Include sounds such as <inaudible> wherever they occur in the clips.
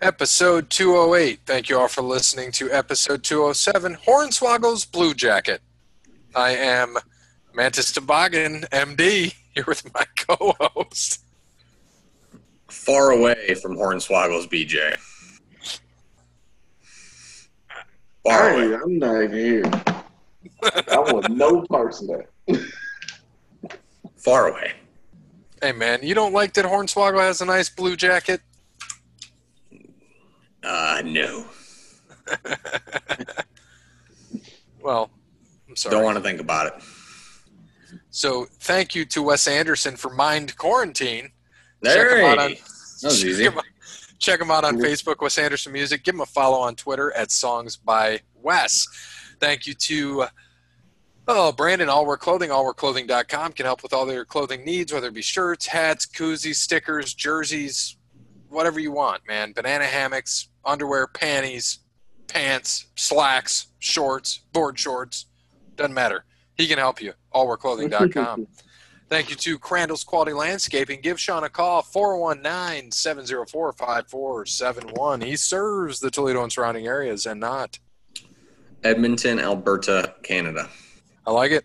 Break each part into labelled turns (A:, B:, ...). A: episode 208. Thank you all for listening to episode 207, Hornswoggle's Blue Jacket. I am Mantis Toboggan, MD, here with my <laughs> co host.
B: Far away from Hornswoggle's BJ. Far
C: Hey,
B: away.
C: I'm not here. I want no parts of that.
B: Far away.
A: Hey, man, you don't like that Hornswoggle has a nice blue jacket?
B: Uh, no.
A: Well, I'm sorry.
B: Don't want to think about it.
A: So, thank you to Wes Anderson for Mind Quarantine.
B: There.
A: Check 'em out on-
B: That was easy.
A: Check 'em out- Check them out on
C: Mhm.
A: Facebook, Wes Anderson Music. Give them a follow on Twitter at Songs by Wes. Thank you to uh, oh Brandon Allwear Clothing, allwearclothing.com can help with all your clothing needs, whether it be shirts, hats, koozies, stickers, jerseys, whatever you want, man. Banana hammocks, underwear, panties, pants, slacks, shorts, board shorts. Doesn't matter. He can help you. Allwearclothing.com. Thank you to Crandall's Quality Landscaping. Give Sean a call, 419 704 5471. He serves the Toledo and surrounding areas and not.
B: Edmonton, Alberta, Canada.
A: I like it.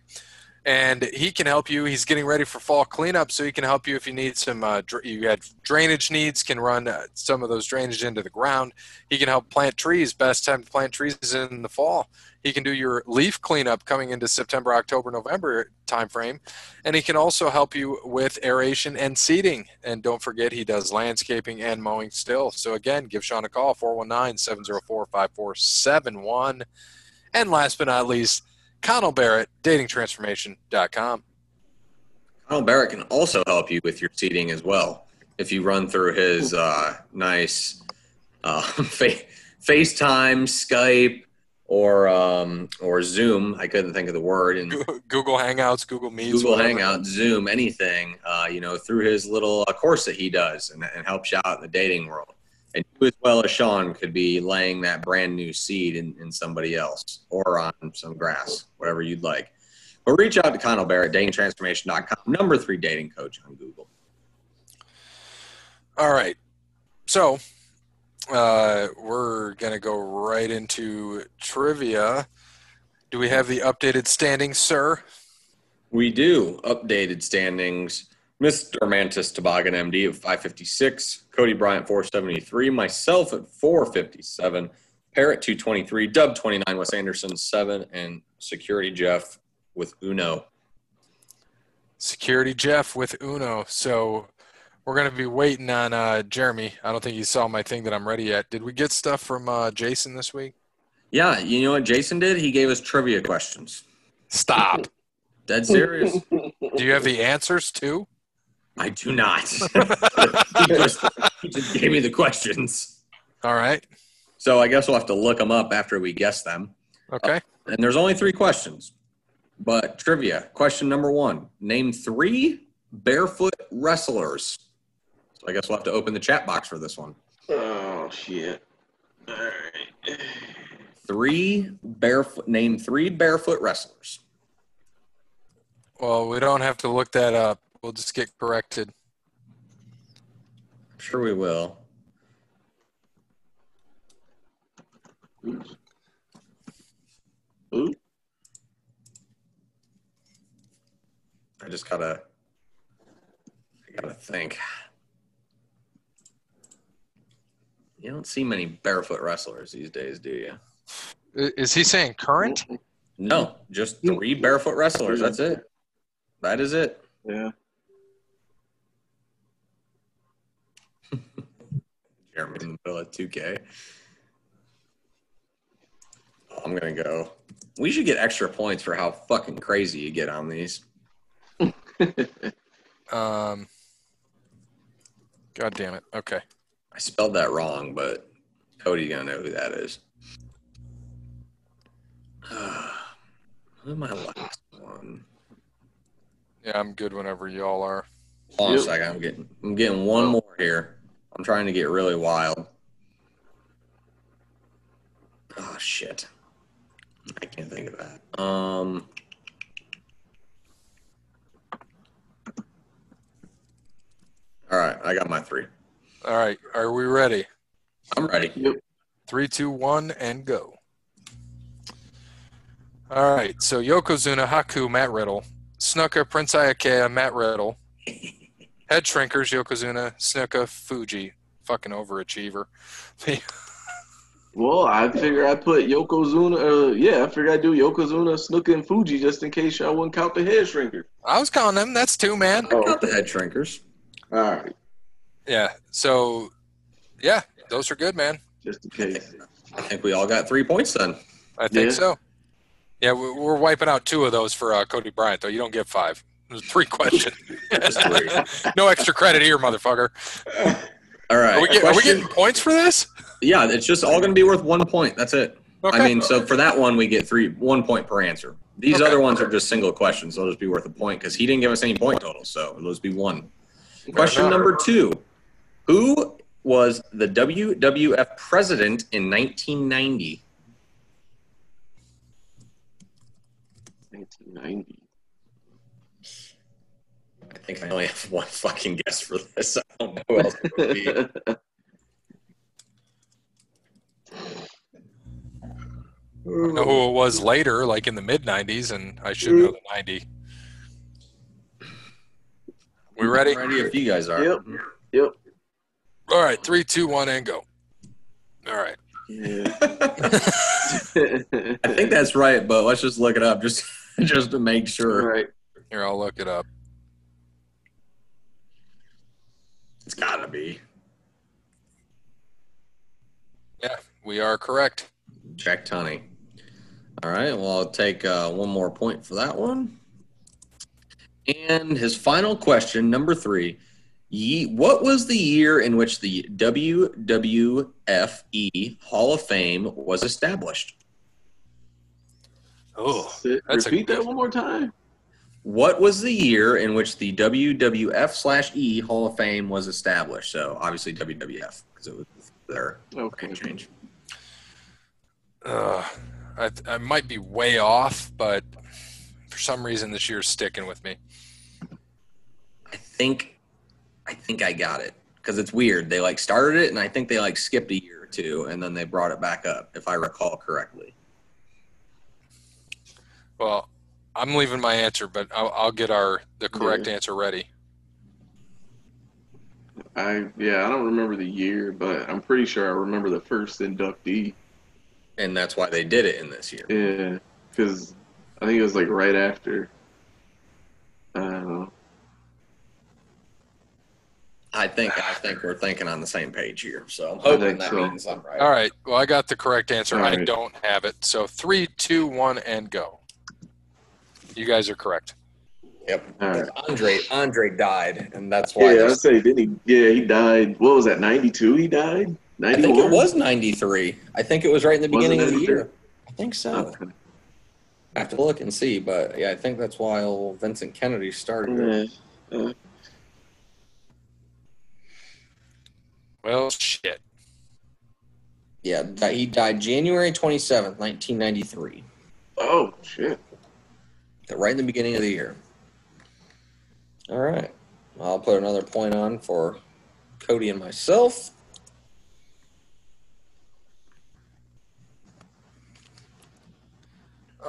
A: And he can help you. He's getting ready for fall cleanup, so he can help you if you need some. Uh, dr- you had drainage needs, can run uh, some of those drainage into the ground. He can help plant trees. Best time to plant trees is in the fall. He can do your leaf cleanup coming into September, October, November timeframe, and he can also help you with aeration and seeding. And don't forget, he does landscaping and mowing still. So again, give Sean a call 419-704-5471. And last but not least. Connell Barrett, datingtransformation.com.
B: Kyle Barrett can also help you with your seating as well. If you run through his uh, nice uh, <laughs> fa- FaceTime, Skype, or um, or Zoom, I couldn't think of the word, and
A: Go- Google Hangouts, Google Meets,
B: Google
A: whatever.
B: Hangout, Zoom, anything, uh, you know, through his little uh, course that he does and, and helps you out in the dating world. And you, as well as Sean, could be laying that brand new seed in, in somebody else or on some grass, whatever you'd like. But reach out to Connell Barrett, datingtransformation.com, number three dating coach on Google.
A: All right. So uh, we're going to go right into trivia. Do we have the updated standings, sir?
B: We do updated standings. Mr. Mantis Toboggan MD of 556, Cody Bryant 473, myself at 457, Parrot 223, Dub 29, Wes Anderson 7, and Security Jeff with Uno.
A: Security Jeff with Uno. So we're going to be waiting on uh, Jeremy. I don't think he saw my thing that I'm ready yet. Did we get stuff from uh, Jason this week?
B: Yeah, you know what Jason did? He gave us trivia questions. <laughs>
A: Stop.
B: Dead serious?
A: Do you have the answers too?
B: I do not. <laughs> he, just, he just gave me the questions.
A: All right.
B: So I guess we'll have to look them up after we guess them.
A: Okay.
B: And there's only three questions. But trivia question number one Name three barefoot wrestlers. So I guess we'll have to open the chat box for this one.
C: <laughs> Oh shit! All right.
B: Three barefoot, name three barefoot wrestlers.
A: Well, we don't have to look that up. We'll just get corrected.
B: I'm sure we will.
C: Oops. Oops.
B: I just gotta, I gotta think. You don't see many barefoot wrestlers these days, do you?
A: I- Is he saying current?
B: No, just three barefoot wrestlers. That's it. That is it.
C: Yeah.
B: Jeremy in the middle of 2K. Oh, I'm gonna go. We should get extra points for how fucking crazy you get on these.
A: Um, God damn it. Okay.
B: I spelled that wrong, but Cody's gonna know who that is. <sighs> who am I last one?
A: Yeah, I'm good whenever y'all are.
B: Hold on a
C: Yep.
B: second. I'm getting I'm getting one more here. I'm trying to get really wild. Oh shit. I can't think of that. Um All right, I got my three.
A: All right. Are we ready?
B: I'm ready.
A: Three, two, one, and go. All right. So Yokozuna, Haku, Matt Riddle, Snuka, Prince Ayakea, Matt Riddle, Head Shrinkers, Yokozuna, Snuka, Fuji. Fucking overachiever. <laughs>
C: Well, I figure I put Yokozuna. Uh, yeah, I figure I do Yokozuna, Snuka, and Fuji just in case y'all wouldn't count the head shrinker.
A: I was counting them. That's two, man.
B: I got the head shrinkers.
C: All right,
A: Yeah. So, yeah, those are good, man.
C: just in case.
B: I think we all got three points then.
A: I think
C: Yeah.
A: so. Yeah, we- we're wiping out two of those for uh, Cody Bryant, though. You don't get five. There's three <laughs> questions.
B: Just three.
A: <laughs> no extra credit here, motherfucker.
B: All right.
A: Are we, get, are we
B: question-
A: getting points for this?
B: yeah, it's just all going to be worth one point. That's it.
A: Okay.
B: I mean, so for that one, we get three one point per answer. These
A: Okay.
B: other ones are just single questions. They'll just be worth a point because he didn't give us any point total, so it'll just be one. Question
A: enough.
B: number two: Who was the WWF president in 1990?
C: <laughs> 1990.
B: I think I only have one fucking guess for this. I don't know who else it would be.
A: I know who it was later, like in the mid 90s, and I should know the 90. <laughs> We ready?
B: Ready if you guys are.
C: Yep. yep.
A: All right, three, two, one, and go. All right.
C: Yeah.
B: <laughs> I think that's right, but let's just look it up just <laughs> just to make sure.
C: right.
A: Here, I'll look it up.
B: It's gotta be.
A: We are correct.
B: Jack Tunney. All right. Well, I'll take uh, one more point for that one. And his final question, number three. Ye, what was the year in which the WWFE E Hall of Fame was established?
A: Oh,
C: Sit-
A: that's a-
C: Repeat that one more time.
B: What was the year in which the WWF slash E Hall of Fame was established? So obviously WWF because it was their
C: Okay.
B: change.
A: uh, I, I might be way off, but for some reason this year's sticking with me.
B: I think I think I got it because it's weird. They like started it, and I think they like skipped a year or two, and then they brought it back up, if I recall correctly.
A: Well, I'm leaving my answer, but I'll, I'll get our the correct answer ready.
C: I yeah, I don't remember the year, but I'm pretty sure I remember the first inductee.
B: And that's why they did it in this year.
C: Yeah, because I think it was like right after. Uh, I don't know.
B: I think I think we're thinking on the same page here, so I'm hoping
C: think
B: that
C: so.
B: means I'm right.
A: All right. Well, I got the correct answer.
C: All
A: I
C: right.
A: don't have it. So three, two, one, and go. You guys are correct.
B: Yep.
C: All right.
B: Andre Andre died, and that's why.
C: Yeah, I
B: this-
C: would say didn't he? Yeah, he died. What was that? Ninety two. He died.
B: I
C: Ninety one.
B: think it was 93. I think it was right in the
C: Was it
B: beginning of the
C: 93?
B: year. I think
C: Oh,
B: so. I have to look and see, but yeah, I think that's why old Vincent Kennedy started it.
C: Yeah.
A: Well, shit.
B: Yeah, that he died January 27th, 1993,
C: Oh shit.
B: right in the beginning of the year. All right. I'll put another point on for Cody and myself.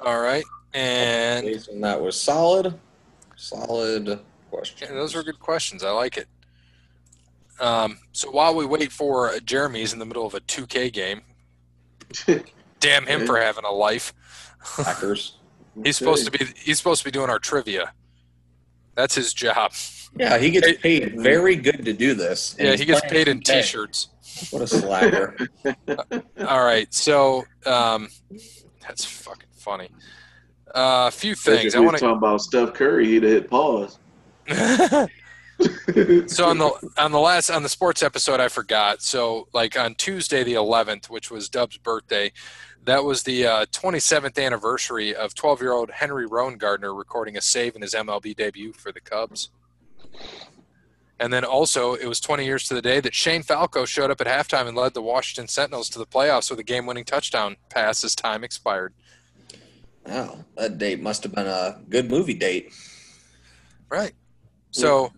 A: All right. And
B: Jason, that was solid. Solid question.
A: yeah, those were good questions. I like it. Um, so while we wait for uh, Jeremy's in the middle of a 2K
B: <laughs>
A: game, damn him for having a life.
B: Packers.
A: He's supposed to be. He's supposed to be doing our trivia. That's his job.
B: Yeah, he gets paid very good to do this. and
A: Yeah,
B: he's
A: he gets
B: playing
A: paid in
B: 2K.
A: T-shirts.
B: What a slacker.
A: All right, so um, that's fucking funny. A uh, few things I
C: We were
A: want to.
C: talking about Steph Curry. He'd have
A: <laughs>
C: hit pause.
A: so on the on the last on the sports episode, I forgot. So like on Tuesday the 11th, which was Dub's birthday, that was the uh, 27th anniversary of 12 year old Henry Roan Gardner recording a save in his MLB debut for the Cubs. And then also, it was 20 years to the day that Shane Falco showed up at halftime and led the Washington Sentinels to the playoffs with a game winning touchdown pass as time expired.
B: wow, that date must have been a good movie date.
A: Right. So,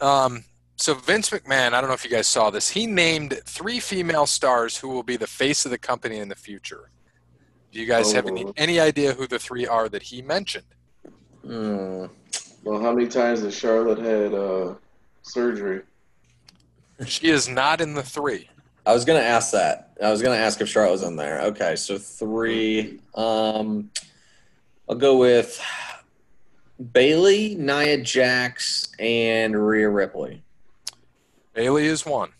A: um, so Vince McMahon, I don't know if you guys saw this. He named three female stars who will be the face of the company in the future. Do you guys have any,
C: Oh.
A: any idea who the three are that he mentioned?
B: Mm,
C: Well, how many times has Charlotte had uh, surgery?
A: She is not in the three.
B: I was gonna ask that. I was gonna ask if Charlotte was in there. Okay, so three. Um, I'll go with Bailey, Nia Jax, and Rhea Ripley.
A: Bailey is one. <laughs>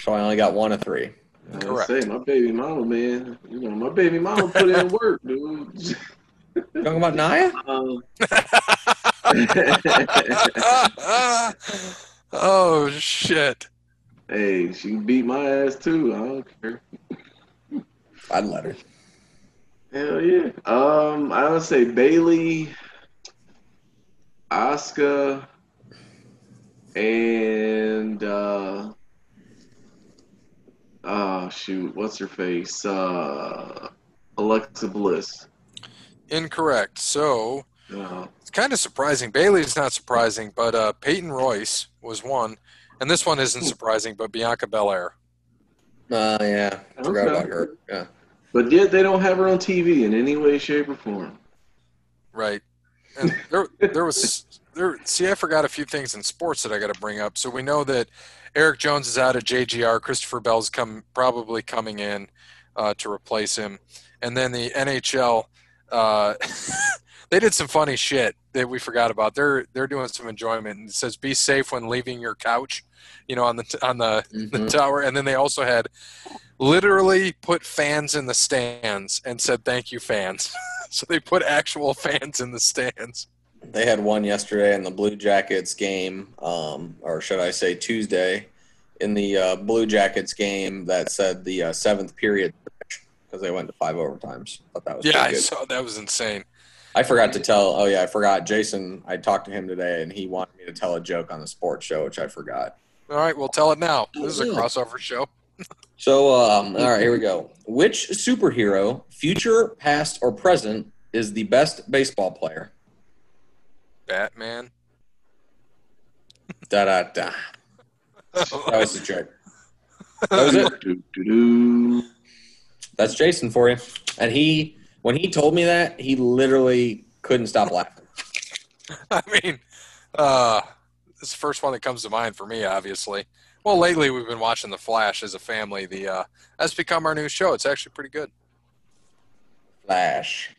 B: So I only got one of three.
C: I
A: Correct.
C: Say, my baby mama, man. You know, my baby mama put in work, dude.
B: You talking about Nia?
C: Um,
A: oh shit.
C: <laughs> hey, she beat my ass too. I don't care.
B: I'd let her.
C: Hell yeah. Um, I would say Bailey, Oscar, and uh, oh shoot, what's her face? Uh, Alexa Bliss.
A: Incorrect. So
C: Uh,
A: it's kind of surprising. Bailey's not surprising, but uh, Peyton Royce was one, and this one isn't surprising. But Bianca Belair.
B: Uh, yeah, forgot
C: Okay.
B: about her. Yeah,
C: but yet they don't have her on TV in any way, shape, or form.
A: Right. And there, there was there. See, I forgot a few things in sports that I got to bring up. So we know that Eric Jones is out of JGR. Christopher Bell's come probably coming in uh, to replace him, and then the NHL. Uh, <laughs> they did some funny shit that we forgot about. They're they're doing some enjoyment, and it says be safe when leaving your couch. You know, on the t- on the the
B: Mhm.
A: tower and then they also had literally put fans in the stands and said thank you fans <laughs> so they put actual fans in the stands
B: they had one yesterday in the Blue Jackets game, um, or should I say Tuesday, in the uh, Blue Jackets game that said the uh, seventh period because they went to five overtimes. Thought that was
A: yeah
B: pretty
A: i
B: good.
A: saw that was insane
B: I forgot to tell. Oh yeah, I forgot. Jason, I talked to him today, and he wanted me to tell a joke on the sports show, which I forgot.
A: all right we'll tell it now this is a
B: Yeah.
A: crossover show
B: So, um, all right, here we go. Which superhero, future, past, or present, is the best baseball player?
A: batman <laughs>
B: Da da da. That was the joke. That was it.
C: Do-do-do.
B: That's Jason for you. And he, when he told me that, he literally couldn't stop laughing.
A: i mean uh it's the first one that comes to mind for me obviously well lately we've been watching the flash as a family the uh that's become our new show it's actually pretty good
B: Flash.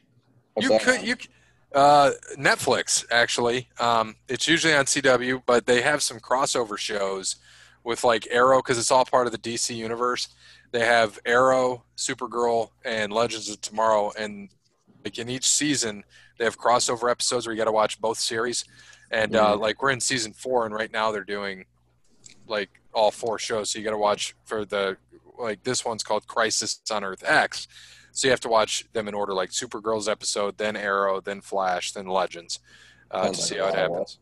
B: What's
A: you
B: that
A: could
B: on?
A: you c- uh, Netflix actually. Um, it's usually on CW, but they have some crossover shows with like Arrow because it's all part of the DC universe. They have Arrow, Supergirl, and Legends of Tomorrow, and like in each season, they have crossover episodes where you got to watch both series. And uh, like we're in season four, and right now they're doing like all four shows, so you got to watch for the like this one's called Crisis on Earth X. So you have to watch them in order, like Supergirl's episode, then Arrow, then Flash, then Legends, uh, to
B: Sounds like
A: see
B: a
A: how it
B: lot of
A: happens.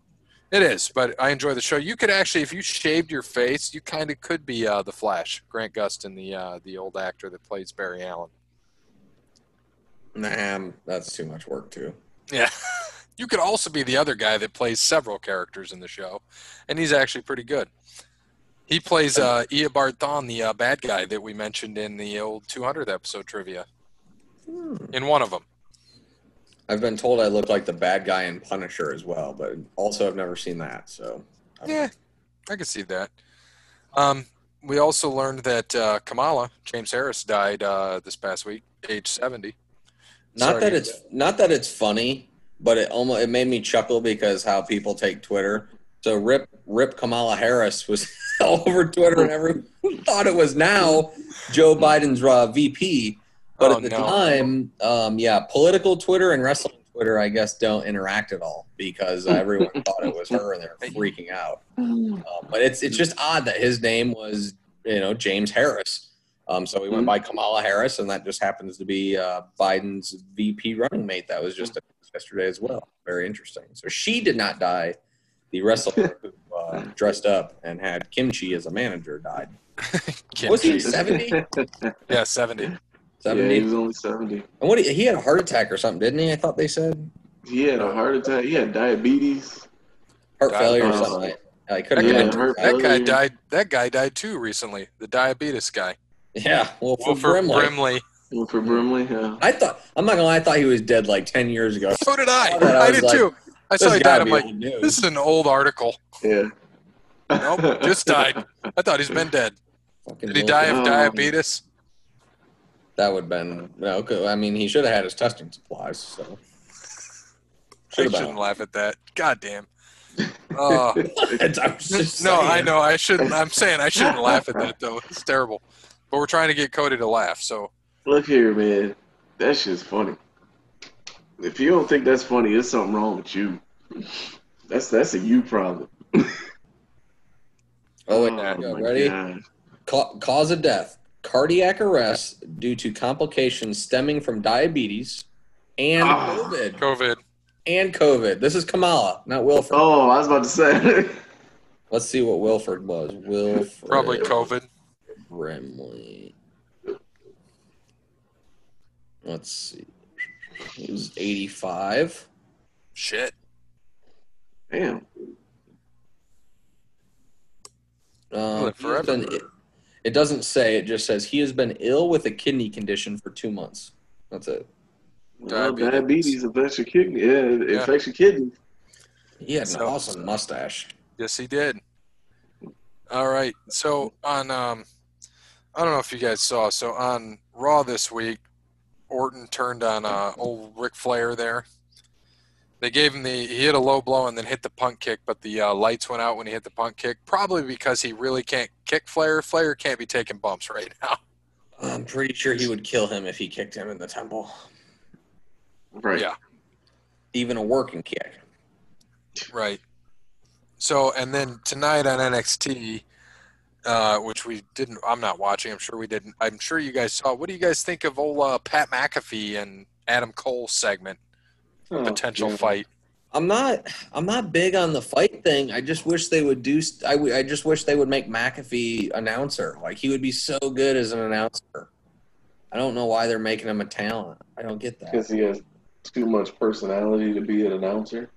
A: It is, but I enjoy the show. You could actually, if you shaved your face, you kind of could be uh, the Flash, Grant Gustin, the uh, the old actor that plays Barry Allen.
B: Nah, I'm- that's too much work too.
A: Yeah, <laughs> you could also be the other guy that plays several characters in the show, and he's actually pretty good. He plays uh, Eobard Thawne, the uh, bad guy that we mentioned in the old 200th episode trivia,
B: Hmm.
A: in one of them.
B: I've been told I look like the bad guy in Punisher as well, but also I've never seen that. So I'm-
A: Yeah, I could see that. Um, we also learned that uh, Kamala James Harris died uh, this past week, age seventy.
B: not
A: Sorry.
B: that it's not that it's funny, but it almost it made me chuckle because how people take Twitter. So rip rip Kamala Harris was <laughs> all over Twitter, and everyone thought it was now Joe Biden's uh, VP. But
A: Oh,
B: at the
A: no.
B: time, um, yeah, political Twitter and wrestling Twitter, I guess, don't interact at all because uh,
C: <laughs>
B: everyone thought it was her, and they're freaking out. Um, but it's it's just odd that his name was you know James Harris. Um, so we went by Kamala Harris, and that just happens to be uh, Biden's VP running mate. That was
C: Mm.
B: just yesterday as well. Very interesting. So she did not die. The
C: <laughs>
B: wrestler who uh, dressed up and had kimchi as a manager died.
A: Kim
B: Was he
A: Jong-
C: <laughs>
B: 70?
A: Yeah, seventy.
C: Yeah,
B: 70.
C: he was only seventy.
B: And what he he had a heart attack or something, didn't he? I thought they said
C: He had a heart attack. He had diabetes.
B: heart
A: Died.
B: failure or
C: Uh,
B: something. right? I
A: That
B: could
A: guy-
B: have
C: her-
A: That guy
C: Earlier.
A: died. That guy died too recently. The diabetes guy.
B: Yeah, well, for
A: Wilford
B: Brimley.
A: Brimley.
C: for Brimley, yeah.
B: I thought I'm not gonna lie. I thought he was dead like ten years ago.
A: So did I.
B: I thought I
A: I,
B: was
A: did
B: like,
A: too. I saw
B: This
A: he
B: gotta
A: died. I'm
B: be
A: like,
B: old news.
A: this is an old article.
C: Yeah.
A: Nope, just
B: <laughs>
A: died. I thought he's been dead.
B: Fucking
A: Did he
B: Wilford.
A: die of
C: Oh.
A: diabetes?
B: That would have been no. good. I mean, he should have had his testing supplies. So
A: I
B: should have <laughs>
A: shouldn't laugh at that. God damn. Oh.
B: been. I was just
A: no, I
B: saying.
A: know. I shouldn't. I'm saying I shouldn't laugh at that though. It's terrible. But we're trying to get Cody to laugh. So
C: <laughs> Look here, man. That shit's funny. If you don't think that's funny, there's something wrong with you. That's that's a you problem.
B: Oh, wait, there you go.
C: my
B: ready?
C: God.
B: Ca- cause of death: cardiac arrest due to complications stemming from diabetes and
C: Ah.
B: COVID.
A: COVID.
B: And COVID. This is Kamala, not Wilford.
C: Oh, I was about to say. <laughs>
B: Let's see what Wilford was. Wilford.
A: Probably COVID.
B: Brimley. Let's see. He was 85.
A: Shit.
C: Damn.
B: Um,
A: Live
B: he has
A: forever.
B: been- it, it doesn't say. It just says he has been ill with a kidney condition for two months. That's it.
C: Well,
A: Diabetes.
C: diabetes affects your kidney. Yeah, it
A: Yeah.
C: affects your kidney.
B: He had an
A: So-
B: awesome mustache.
A: Yes, he did. All right. So on, um, I don't know if you guys saw. So on Raw this week, Orton turned on uh, old Ric Flair. There, they gave him the he hit a low blow and then hit the punt kick, but the uh, lights went out when he hit the punt kick. Probably because he really can't kick Flair. Flair can't be taking bumps right <laughs> now.
B: I'm pretty sure he would kill him if he kicked him in the temple,
C: Right.
A: Yeah.
B: even a working kick.
A: Right. So, and then tonight on NXT, uh, which we didn't, I'm not watching. I'm sure we didn't. I'm sure you guys saw. What do you guys think of old uh, Pat McAfee and Adam Cole segment
C: Oh,
A: potential
C: yeah.
A: fight?
C: <laughs>
B: I'm not. I'm not big on the fight thing. I just wish they would do. st- I, w- I just wish they would make McAfee announcer. Like he would be so good as an announcer. I don't know why they're making him a talent. I don't get that.
C: Because he has too much personality to be an announcer.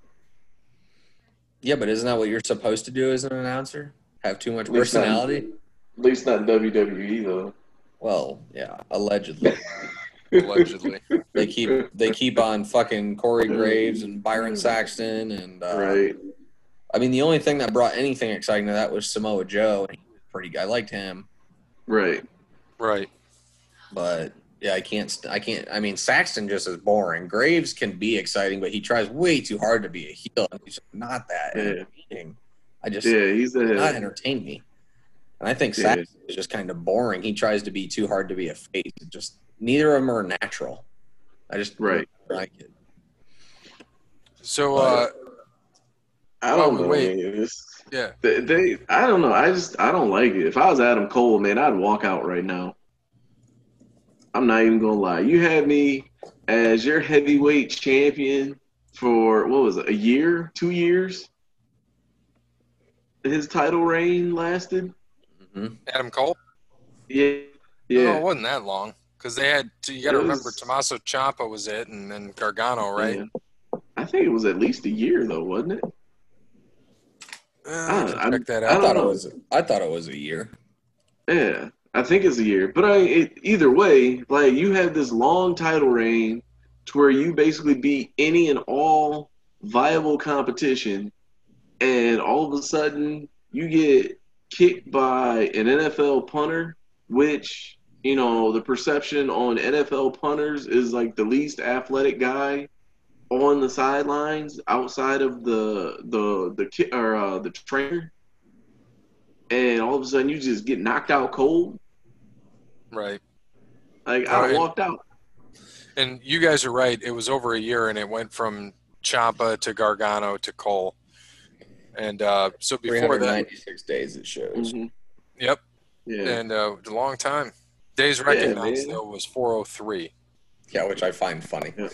B: Yeah, but isn't that what you're supposed to do as an announcer? Have too much
C: At least not-
B: personality?
C: At least not WWE though.
B: Well, yeah, allegedly.
A: Allegedly,
B: they keep they keep on fucking Corey Graves and Byron Saxton and uh,
C: <laughs> right.
B: I mean the only thing that brought anything exciting to that was Samoa Joe and he was pretty I liked him,
C: Right.
A: right?
B: but yeah, I can't st- I can't I mean Saxton just is boring. Graves can be exciting, but he tries way too hard to be a heel and he's not that
C: Yeah.
B: entertaining. I just
C: Yeah, he's
B: not
C: a
B: entertain me. And I think
C: Yeah.
B: Saxon is just kind of boring. He tries to be too hard to be a face. It Just neither of them are natural. I just
C: right.
B: don't like it.
A: So, uh,
C: I don't
A: Oh,
C: know.
A: wait.
C: man. It's-
A: yeah,
C: They, they, I don't know. I just, I don't like it. If I was Adam Cole, man, I'd walk out right now. I'm not even gonna lie. You had me as your heavyweight champion for what was it, a year, two years? His title reign lasted.
B: Mhm.
A: Adam Cole.
C: Yeah,
A: no,
C: yeah.
A: it wasn't that long because they had. To, you got to
C: It was-
A: remember, Tommaso Ciampa was it, and then Gargano, right?
C: yeah. I think it was at least a year though, wasn't it?
A: Uh, I
C: I-
A: can
C: I'm-
A: check that
B: I
A: out.
C: don't
B: thought it
C: know.
B: was I thought it was a year.
C: Yeah, I think it's a year. But I, it, either way, like you have this long title reign to where you basically beat any and all viable competition, and all of a sudden you get kicked by an NFL punter, which you know the perception on NFL punters is like the least athletic guy on the sidelines outside of the the the ki- or uh, the trainer. And all of a sudden, you just get knocked out cold.
A: Right.
C: Like I
A: Right.
C: walked out.
A: And you guys are right. It was over a year, and it went from Champa to Gargano to Cole. And uh, so before that,
B: 396 days it shows.
C: Mhm.
A: yep,
C: Yeah.
A: and uh, a long time. Days recognized
C: man.
A: though was 403.
B: Yeah, which I find funny.
C: Yeah.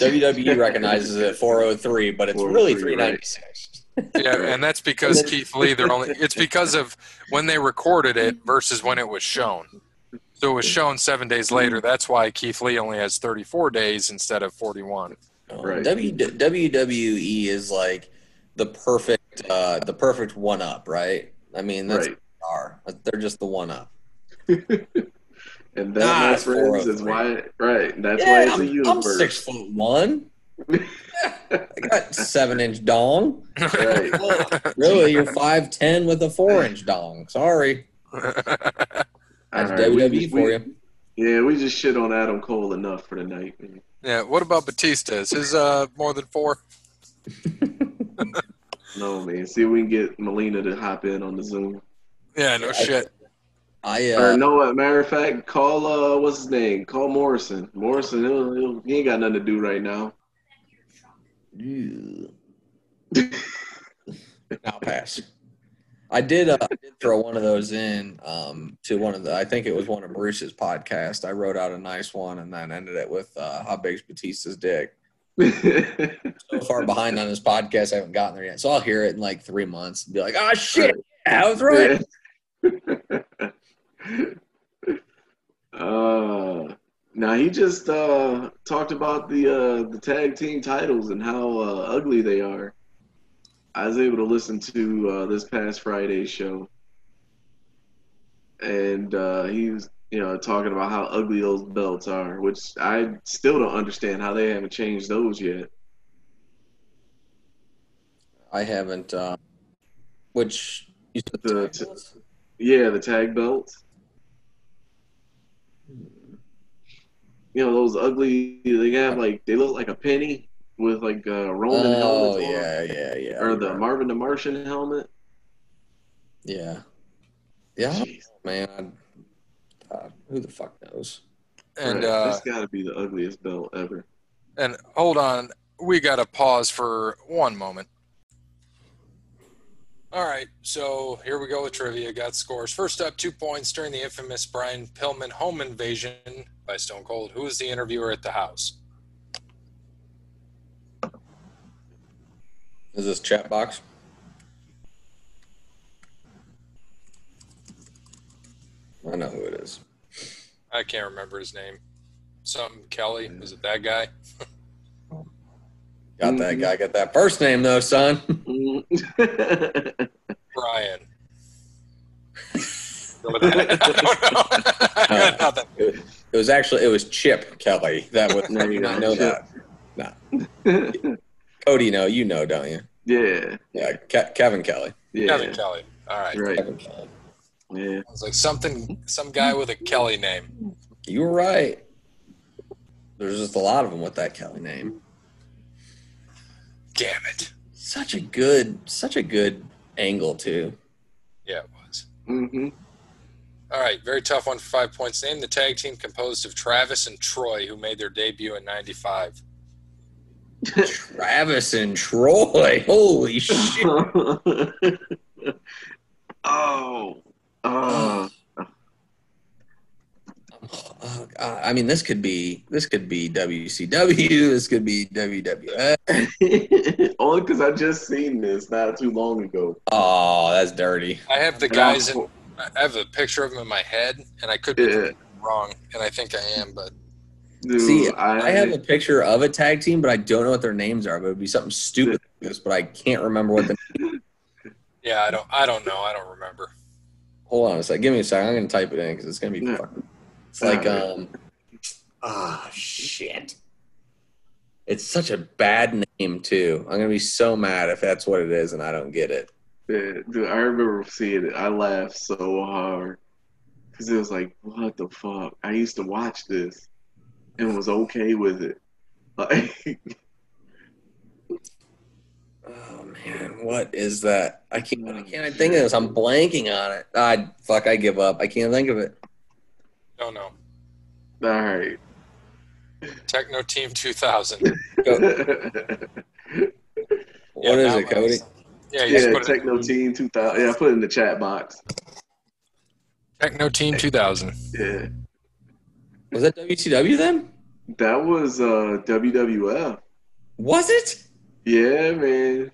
B: WWE recognizes it 403, but it's really
C: 403, right.
B: 396.
A: Yeah, and that's because Keith Lee. They're only. It's because of when they recorded it versus when it was shown. So it was shown seven days later. That's why Keith Lee only has 34 days instead of 41.
B: Um,
C: Right.
B: W- WWE is like E the perfect perfect uh, the perfect one up, right? I mean, that's
C: Right.
B: are. They're just the one up.
C: And that,
B: Ah,
C: my
B: it's
C: friends, is
B: 403.
C: why. Right. That's why it's
B: I'm,
C: a
B: I'm
C: universe.
B: six foot one. I
C: <laughs>
B: got seven inch dong.
C: Right.
B: Really, you're five ten with a four inch dong. Sorry,
C: All
B: that's
C: right, we
B: WWE
C: just-
B: for
C: we-
B: you.
C: Yeah, we just shit on Adam Cole enough for tonight. Man.
A: <laughs> yeah. What about Batista? Is his uh, more than four?
C: No, man. See if we can get Melina to hop in on the Zoom.
A: Yeah, no
B: I-
A: shit.
B: I
C: Or
B: uh,
C: no, as a matter of fact, call uh, what's his name? Call Morrison. Morrison, he'll, he'll, he ain't got nothing to do right now. <laughs>
B: Ew. I'll pass. I did. Uh, I did throw one of those in um, to one of the. I think it was one of Bruce's podcasts. I wrote out a nice one and then ended it with uh, how big's Batista's dick. So far behind on his podcast, I haven't gotten there yet. So I'll hear it in like three months and be like, "Ah, shit, yeah, I was right."
C: <laughs> uh, now he just uh, talked about the uh, the tag team titles and how uh, ugly they are. I was able to listen to uh, this past Friday's show, and uh, he was you know talking about how ugly those belts are, which I still don't understand how they haven't changed those yet.
B: I haven't. Uh, which you said
C: The-
B: titles?
C: Yeah, the tag belts. You know those ugly. They have like they look like a penny with like a Roman helmet
B: Oh yeah, yeah, yeah.
C: or the Marvin the Martian helmet.
B: yeah, yeah. I don't
C: Jeez,
B: know, Man, I- uh, who the fuck knows?
A: And
C: right,
A: uh,
C: that's got to be the ugliest belt ever.
A: and hold on, we got to pause for one moment. All right, so here we go with trivia. Got scores. First up, two points during the infamous Brian Pillman home invasion by Stone Cold. Who was the interviewer at the house?
B: Is this chat box? I know who it is.
A: I can't remember his name. Something Kelly. Was it that guy?
B: Got that guy. Got that first name though, son. <laughs>
C: Mm-hmm. Mm.
A: Brian. Remember that? I don't know. <laughs> I got nothing.
B: It, it was actually it was Chip Kelly. That was
C: There
B: <laughs>
C: you
B: you not know
C: go,
B: that. Cody, no, you know, don't you?
C: <laughs> yeah,
B: Yeah, Ke- Kevin Kelly.
A: Kevin
C: yeah,
A: Kelly. All right.
C: right,
B: Kevin Kelly.
C: yeah.
A: It's like something, some guy with a Kelly name.
B: You were right. There's just a lot of them with that Kelly name.
A: Damn it.
B: Such a good, such a good angle too.
A: Yeah, it was.
C: hmm
A: All right. Very tough one for five points. Name the tag team composed of Travis and Troy, who made their debut in 95.
B: Travis and Troy. <laughs> Holy shit.
C: <laughs> oh, oh, <laughs>
B: Uh, I mean, this could be this could be WCW. This could be WWF.
C: only because I just seen this not too long ago.
B: Oh, that's dirty.
A: I have the
C: And I-
A: guys, in, I have a picture of them in my head, and I could be
C: Yeah.
A: wrong, and I think I am, but
C: Dude,
B: See,
C: I,
B: I have a picture of a tag team, but I don't know what their names are. But it'd be something stupid like this, but I can't remember what the.
A: yeah, I don't, I don't know. I don't remember.
B: Hold on a sec. Give me a second. I'm gonna type it in because it's gonna be.
C: Yeah.
B: Fucking, it's like
C: Alright.
B: um. Ah shit. It's such a bad name too. I'm gonna be so mad if that's what it is and I don't get it.
C: Yeah, dude, I remember seeing it. I laughed so hard because it was like, what the fuck? I used to watch this and was okay with it. <laughs> Like,
B: Oh man, what is that? I can't. Why can't I think of this? I'm blanking on it. I fuck. I give up. I can't think of it.
A: Don't know.
C: all right.
A: Techno Team 2000.
B: Oh.
C: <laughs>
A: Yeah,
B: What is
A: that
B: it, Cody?
A: was- Yeah, you just
C: yeah,
A: put
C: Techno
A: it,
C: Team 2000. Yeah, I put it in the chat box.
A: Techno Team 2000.
C: Yeah.
B: Was that WCW then?
C: That was uh, WWF.
B: Was it?
C: Yeah, man.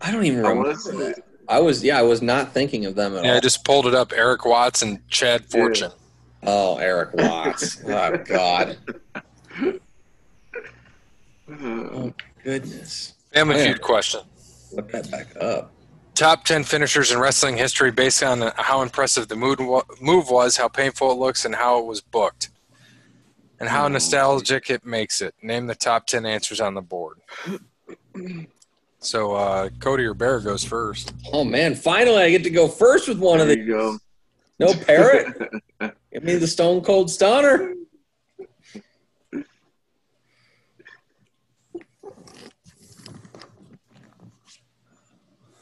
B: I don't even
C: I
B: remember.
C: want
B: that. I was. Yeah, I was not thinking of them at
A: Yeah, I
B: all.
A: just pulled it up. Eric Watts and Chad Fortune.
B: Oh, Eric Watts. oh God.
C: to.
B: Goodness.
C: Uh,
A: Family
B: Yeah.
A: Feud question.
B: Oh, Look that back up.
A: Top 10 finishers in wrestling history based on how impressive the mood wa- move was, how painful it looks, and how it was booked, and how
C: Hmm.
A: nostalgic it makes it. Name the top 10 answers on the
C: <clears throat>
A: board. So, uh, Cody or Bear goes first.
B: Oh man! Finally, I get to go first with one of
C: There
B: these.
C: you go. <laughs>
B: No parrot. Give me the Stone Cold Stunner.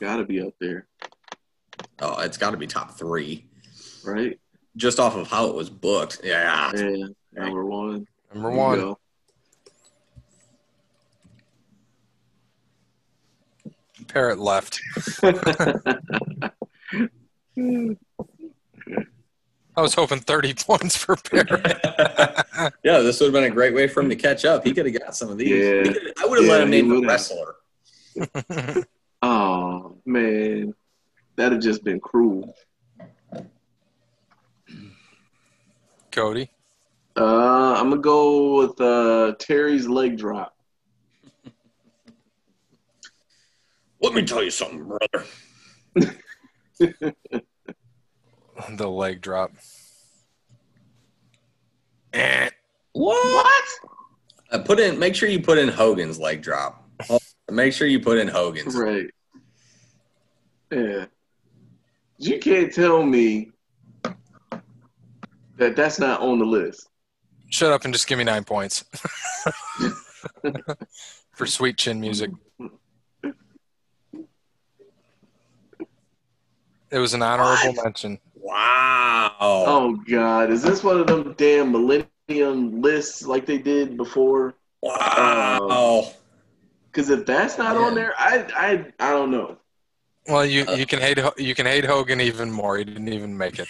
C: Gotta be up there,
B: Oh, it's got to be top three,
C: right?
B: just off of how it was booked. Yeah.
C: Yeah, number one.
A: Number
C: There you
A: one.
C: go.
A: Parrot left. I was hoping 30 <laughs> points for Parrot.
B: <laughs> yeah, this would have been a great way for him to catch up. He could have got some of these.
C: Yeah.
B: He could've- I would have
C: Yeah,
B: let him
C: he
B: name the
C: would've.
B: wrestler.
C: <laughs> oh man, that'd have just been cruel.
A: Cody.
C: Uh, I'm gonna go with uh, Terry's leg drop.
B: Let me tell you something, brother.
A: The leg drop.
B: What?
C: What?
B: Uh, put in. Make sure you put in Hogan's leg drop. Oh, Make sure you put in Hogan's.
C: Right. Yeah. You can't tell me that that's not on the list.
A: Shut up and just give me nine points for sweet chin music. It was an honorable mention.
B: Wow.
C: Oh God, is this one of them damn millennium lists like they did before?
B: Wow.
C: Because if that's not on
B: Yeah.
C: there, I I I don't know.
A: Well, you, you can hate Ho- you can hate Hogan even more. He didn't even make it.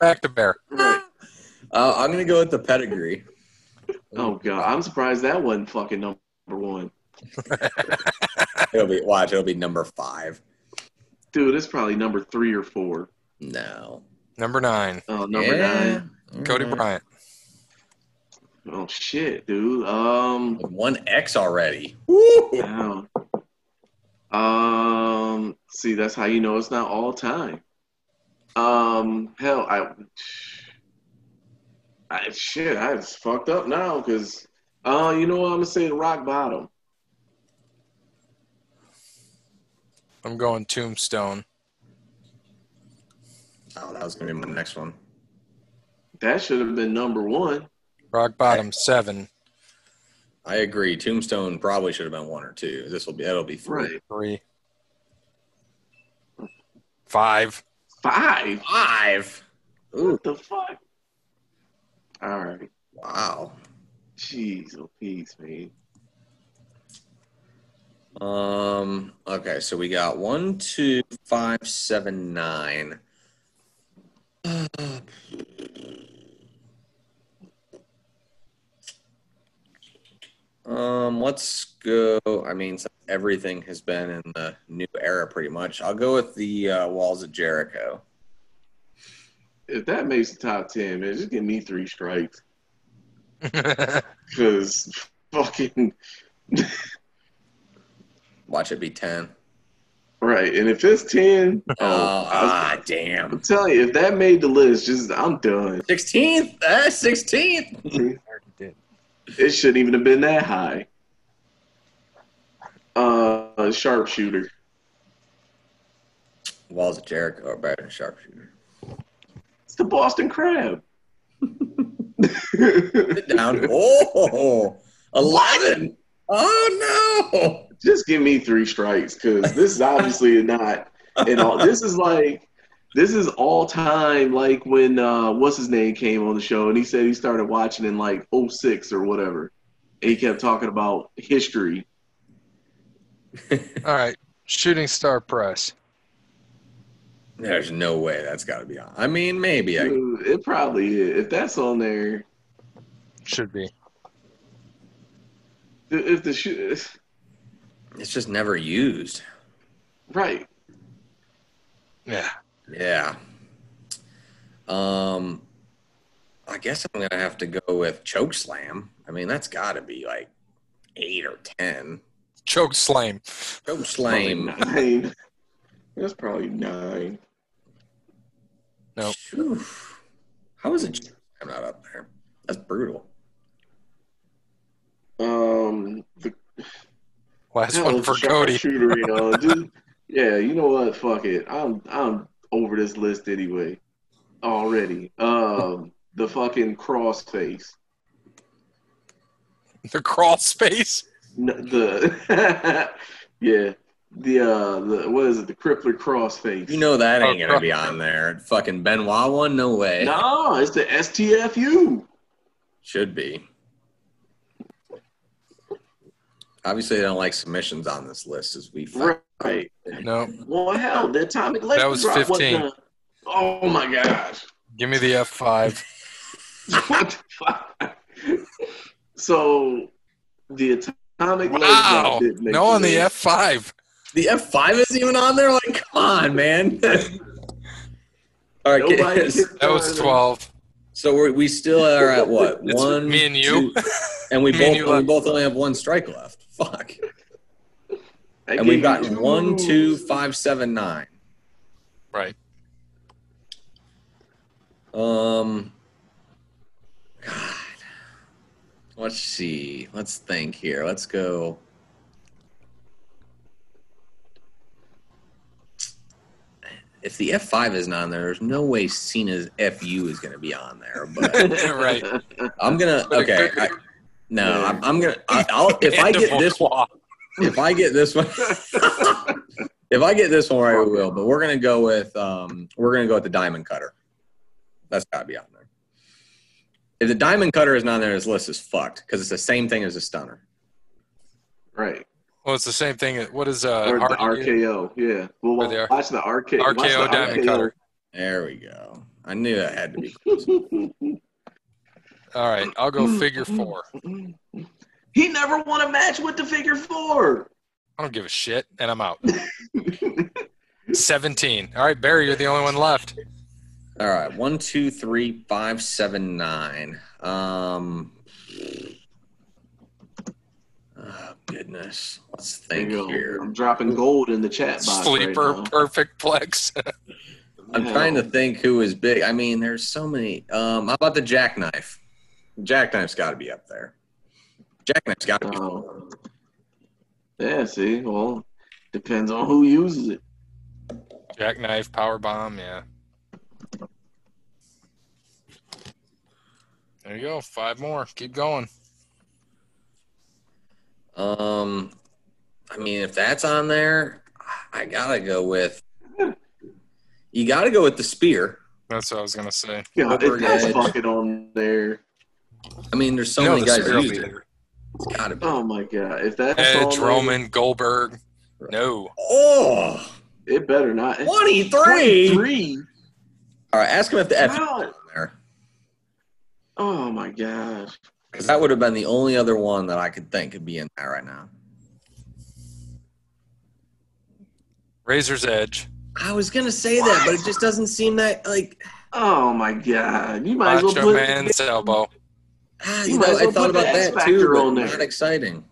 A: Back to Bear.
C: Right.
B: Uh, I'm gonna go with the pedigree.
C: Oh God, I'm surprised that wasn't fucking number one.
B: It'll be watch. It'll be number five.
C: Dude, it's probably number three or four.
B: No.
A: Number nine,
C: Oh, number nine.
B: nine.
A: Cody Bryant.
C: Oh shit, dude. Um,
B: One X already. Oh, Woo!
C: wow. Um, see, that's how you know it's not all time. Um, hell, I, I shit, I was fucked up now because, uh, you know what? I'm gonna say rock bottom.
A: I'm going Tombstone.
B: Oh, that was gonna be my next one.
C: That should have been number one.
A: Rock bottom seven
B: I agree. Tombstone probably should have been one or two. This will be that'll be three.
A: three
C: Right.
A: five. <laughs>
C: Five.
B: Five. Ooh.
C: What the fuck? All right.
B: Wow.
C: Jeez, oh, peace, man.
B: Um. Okay. So we got one, two, five, seven, nine. Um. Let's go. I mean, since everything has been in the new era, pretty much. I'll go with the uh, Walls of Jericho.
C: If that makes the top ten, man, just give me three strikes.
A: That's
C: Cause fucking
B: Watch it be ten.
C: right. And if it's ten, oh,
B: Oh,
C: I,
B: ah, damn.
C: am telling you, if that made the list, just I'm done.
B: Sixteenth. Ah, sixteenth.
C: It shouldn't even have been that high. Uh, sharpshooter.
B: Walls of Jericho are better than Sharpshooter.
C: It's the Boston Crab. <laughs>
B: Sit down. Oh, 11. Oh, no.
C: just give me three strikes because this is obviously not
B: <laughs>
C: <laughs> at all. This is like this is all time like when uh what's his name came on the show and he said he started watching in like 06 or whatever. And he kept talking about history.
A: All right, shooting star press.
B: There's no way that's got to be on. I mean, maybe. I,
C: Dude, It probably is. If that's on there,
A: Should be.
C: th- if the shoe
B: it's just never used.
C: right.
A: Yeah.
B: Yeah. Um, I guess I'm going to have to go with Chokeslam. I mean, that's got to be like eight or 10.
A: Choke slame.
B: Choke
C: Probably
B: slam.
C: nine. That's probably nine.
A: Nope.
B: Phew. How is it? I'm not up there. That's brutal.
C: Um, the
A: Last
C: hell
A: one
C: is
A: for Cody.
C: charcuterie
A: <laughs>
C: on, dude. Yeah, you know what? Fuck it. I'm I'm over this list anyway. Already. Um, the fucking crossface.
A: The crawl space.
C: N- the <laughs> yeah. The uh, the what is it? The crippler crossface.
B: You know that ain't
A: Oh,
B: gonna be on there. Fucking Benoit one? No way.
C: No, it's the STFU.
B: Should be. Obviously, they don't like submissions on this list, as we found.
C: Right.
A: No.
C: Well, hell, the atomic leg
A: That was
C: drop
A: 15.
C: the- oh my gosh.
A: Give me the F5.
C: <laughs> what the fuck? So the atomic leg
A: Wow.
C: drop didn't make
A: No on the
C: list.
A: F5.
B: The F five isn't even on there. Like, come on, man. <laughs> All right,
C: Nobody
B: get-
C: kicked
A: That was
C: on it.
A: 12.
B: so we're, we still are at what
A: <laughs> It's
B: one?
A: me and you. <laughs>
B: two- and we
A: Me
B: both
A: and you
B: we
A: left.
B: both only have one strike left. Fuck.
C: I
B: And
C: gave
B: we've
C: you
B: got
C: two
B: one,
C: moves.
B: two, five, seven, nine.
C: <laughs>
A: Right.
B: Um, God, let's see. Let's think here. Let's go. If the F five isn't on there, there's no way Cena's FU is going to be on there. But
A: Right.
B: I'm gonna
A: But it
B: okay.
A: could be.
B: I, no, I'm, I'm gonna. I, I'll, if I get
A: Mandible
B: this
A: claw.
B: if I get
C: <laughs>
B: this one, if I get this one right, we will. But we're gonna go with um, we're gonna go with the diamond cutter. That's gotta be on there. If the diamond cutter is not on there, this list is fucked because it's the same thing as a stunner.
C: Right.
A: Well, it's the same thing. What is uh,
C: Or the
A: Hardy do?
C: RKO. Yeah. Well,
A: Or the R-
C: watch the RKO. Watch
A: RKO
C: the
A: diamond cutter.
B: There we go. I knew that had to be.
A: All right, I'll go
C: <laughs>
A: figure four.
C: He never won a match with the figure four.
A: I don't give a shit, and I'm
C: <laughs>
A: out. 17. All right, Barry, you're the only one left.
B: All right, one, two, three, five, seven, nine. Um, oh goodness, let's think
C: There you go.
B: here.
C: I'm dropping gold in the chat box.
A: Sleeper,
C: Right
A: perfect plex.
C: now.
B: I'm
C: Yeah.
B: trying to think who is big. I mean, there's so many. Um, how about the jackknife? Jackknife's got to be up there. Jackknife's got to be.
C: Oh. Yeah, see, well, depends on who uses it.
A: Jackknife, power bomb, yeah. There you go. Five more. Keep going.
B: Um, I mean, if that's on there, I gotta go with. You gotta go with the spear.
A: That's what I was gonna say.
C: Yeah, if that's
B: Edge.
C: fucking on there.
B: I mean, there's so
A: You know
B: many
A: the
B: guys
A: spear will
B: that use
A: be
B: it.
A: there.
B: It's gotta be.
C: Oh my god, if that's on
A: Edge,
C: there,
A: Roman, Goldberg. No.
B: Oh,
C: it better not.
B: 23?
C: Twenty-three?
B: All right, ask him if the F
C: Wow.
B: on there,
C: Oh my gosh.
B: because that would have been the only other one that I could think could be in there right now.
A: Razor's Edge.
B: I was gonna say that, but it just doesn't seem that like.
C: Oh my god. You might as well
A: Macho
C: put
A: Man's elbow.
B: Ah,
C: You
B: you
C: might
B: know,
C: as well
B: I thought
C: put the
B: about
C: X
B: that
C: Factor
B: too.
C: on
B: But
C: there.
B: not exciting.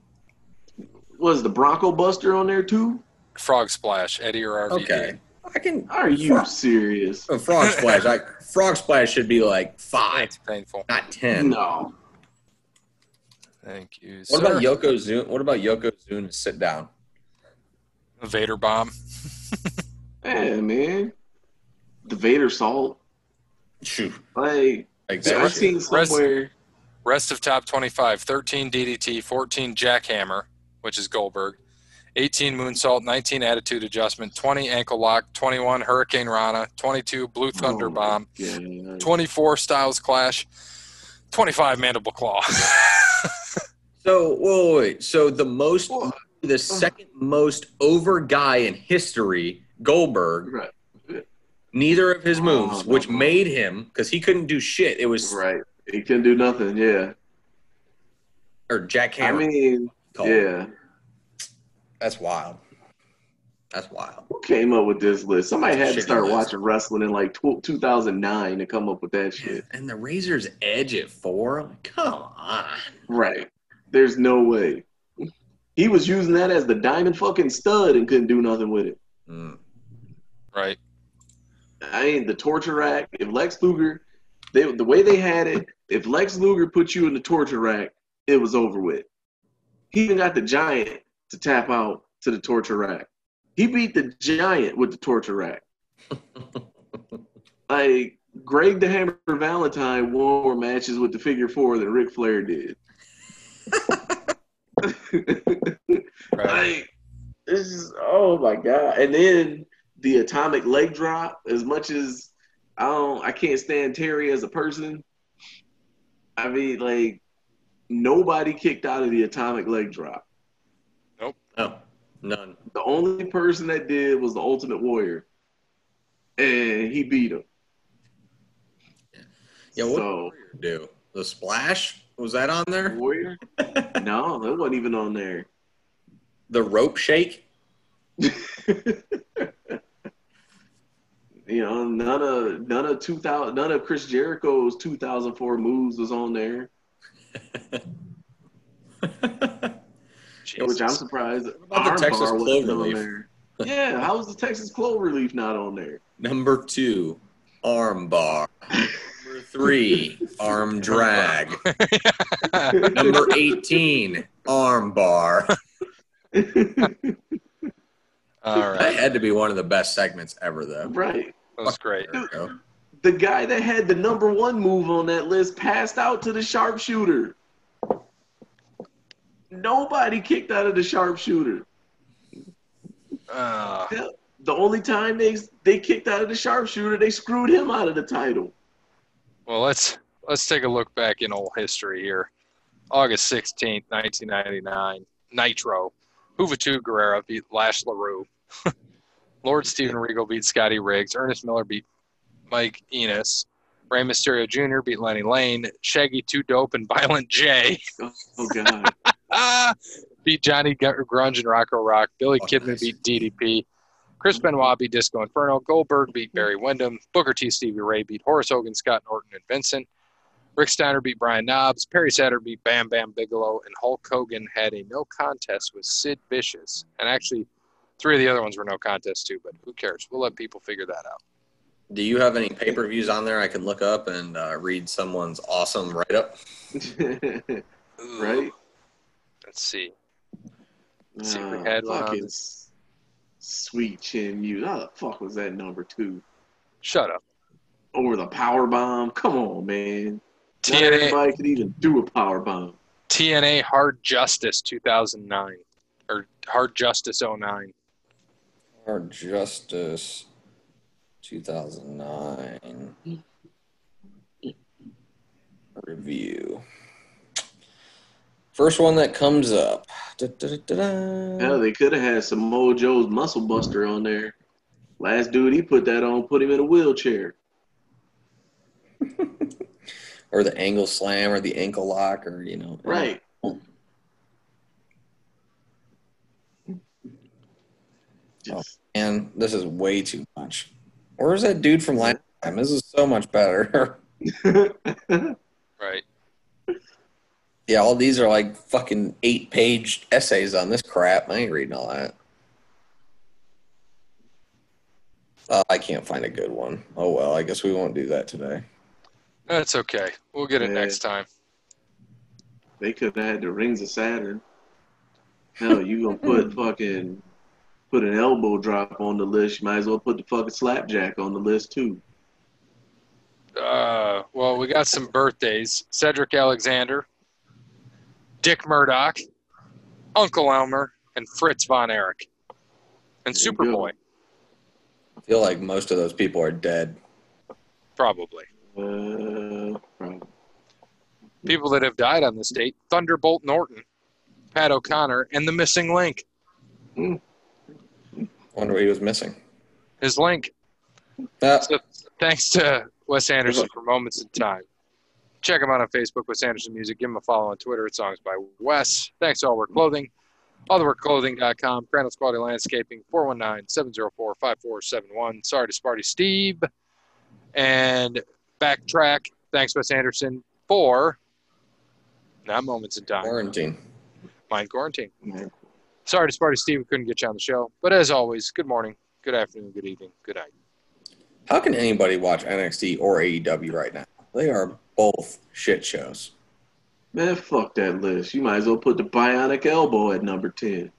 C: was the Bronco Buster on there too?
A: Frog Splash. Eddie or RVD.
B: Okay, I can.
C: Are you serious?
B: Oh, frog splash. I, frog splash should be like five,
A: It's painful.
B: not ten.
C: No.
A: Thank you.
B: What
A: sir.
B: about Yokozuna? What about Yokozuna? Sit down.
A: Vader bomb.
C: Yeah, man. The Vader salt.
B: Shoot,
C: Like
B: like
A: Yeah,
C: I've
B: that.
C: seen somewhere.
A: Rest of top 25 13 DDT, 14 Jackhammer, which is Goldberg, 18 Moonsault, 19 Attitude Adjustment, 20 Ankle Lock, 21 Hurricane Rana, 22 Blue Thunder
C: Oh,
A: Bomb,
C: yeah.
A: 24 Styles Clash, 25 Mandible Claw. <laughs>
B: So, whoa, wait. So the most,
C: Whoa.
B: the second most over guy in history, Goldberg.
C: Right.
B: Neither of his moves,
C: Oh, no.
B: which made him because he couldn't do shit. It was
C: Right. It can do nothing, yeah.
B: or
C: I
B: jackhammer.
C: mean,
B: called.
C: yeah.
B: that's wild. That's wild.
C: Who came up with this list? Somebody had to
B: Shitty
C: start
B: list.
C: watching wrestling in like tw- 2009 to come up with that shit.
B: And the Razor's Edge at four? Come on.
C: Right. There's no way. He was using that as the diamond fucking stud and couldn't do nothing with it.
B: <laughs> Mm.
A: Right.
C: I mean, the torture rack. If Lex Luger, they, the way they had it, if Lex Luger put you in the torture rack, it was over with. He even got the giant to tap out to the torture rack. He beat the giant with the torture rack. like Greg the Hammer Valentine won more matches with the figure four than Ric Flair did. <laughs> <laughs>
A: Right.
C: Like, this is oh my god! And then the atomic leg drop. As much as I don't, I can't stand Terry as a person. I mean, like nobody kicked out of the atomic leg drop.
B: No, Oh, none.
C: The only person that did was the Ultimate Warrior, and he beat him.
B: Yeah, what
C: So-
B: did Warrior do? The splash? Was that on there?
C: Warrior? no, that wasn't even on there. <laughs>
B: The rope shake? <laughs>
C: You know, none of none of two thousand none of Chris Jericho's two thousand four moves was on there, which I'm
B: Jesus.
C: surprised.
B: about the
C: Armbar
B: Texas
C: wasn't
B: Cloverleaf?
C: there. yeah, how was the Texas Cloverleaf not on
B: <laughs>
C: there?
B: Number two, arm bar. Number three, arm drag. Number 18, arm bar.
A: All
B: That
A: right.
B: had to be one of the best segments ever, though.
C: <laughs> right.
A: That was great.
B: There we go.
C: The guy that had the number one move on that list passed out to the sharpshooter. Nobody kicked out of the sharpshooter.
A: Uh,
C: The only time they they kicked out of the sharpshooter, they screwed him out of the title.
A: well, let's let's take a look back in old history here. August sixteenth, nineteen ninety nine, Nitro. Juventud Guerrera beat Lash LaRue. <laughs> Lord Steven Regal beat Scotty Riggs. Ernest Miller beat Mike Enos. Rey Mysterio Jr. beat Lenny Lane. Shaggy Two Dope and Violent J.
C: Oh God.
A: Ah, beat Johnny Gr- Grunge and Rocco Rock. Billy
B: Oh,
A: Kidman
B: nice.
A: beat DDP. Chris Benoit beat Disco Inferno. Goldberg beat Barry Windham. Booker T. Stevie Ray beat Horace Hogan, Scott Norton, and Vincent. Rick Steiner beat Brian Knobs. Perry Saturn beat Bam Bam Bigelow. And Hulk Hogan had a no contest with Sid Vicious. And actually, three of the other ones were no contest too, but who cares? We'll let people figure that out.
B: Do you have any pay per views on there I could look up and uh, read someone's awesome write up?
C: <laughs> <laughs> right?
A: Let's see. See if we had one on
C: fucking s- sweet chin music. How the fuck was that number two?
A: Shut up.
C: Over the power bomb. Come on, man. Not
A: TNA,
C: everybody could even do a power bomb.
A: TNA Hard Justice 2009. Or Hard Justice 09.
B: Or Justice 2009 review. First one that comes up.
C: Hell, they could have had some Mojo's Muscle Buster on there. Last dude, he put that on, put him in a wheelchair.
B: Or the angle slam or the ankle lock or, you know.
C: Right. <laughs> Just-
B: And this is way too much. Where's that dude from last time? This is so much better. <laughs>
A: Right.
B: yeah, all these are like fucking eight page essays on this crap. I ain't reading all that. Uh, I can't find a good one. Oh well, I guess we won't do that today.
A: That's okay. We'll get it
C: Yeah.
A: next time.
C: They could have had the rings of Saturn. Hell, you gonna put fucking put an elbow drop on the list? You might as well put the fucking slapjack on the list too.
A: Uh, well, we got some birthdays. Cedric Alexander, Dick Murdoch, Uncle Elmer, and Fritz Von Erich. And
C: There you go.
A: Superboy,
B: I feel like most of those people are dead.
A: probably.
C: Uh, probably.
A: People that have died on this date Thunderbolt Norton, Pat O'Connor, and the missing link.
B: Wonder what he was missing.
A: His link.
B: Ah,
A: So, thanks to Wes Anderson for Moments in Time. Check him out on Facebook, Wes Anderson Music. Give him a follow on Twitter at Songs by Wes. Thanks to All Work Clothing, alltheworkclothing.com, Crandall's Quality Landscaping, 419-704-5471. Sorry to Sparty Steve. And Backtrack, thanks Wes Anderson for, not Moments in Time,
B: quarantine.
A: Mind Quarantine.
C: Yeah.
A: Sorry to Sparty Steve, we couldn't get you on the show. But as always, good morning, good afternoon, good evening, good night.
B: How can anybody watch NXT or AEW right now? They are both shit shows.
C: Man, fuck that list. You might as well put the bionic elbow at number ten.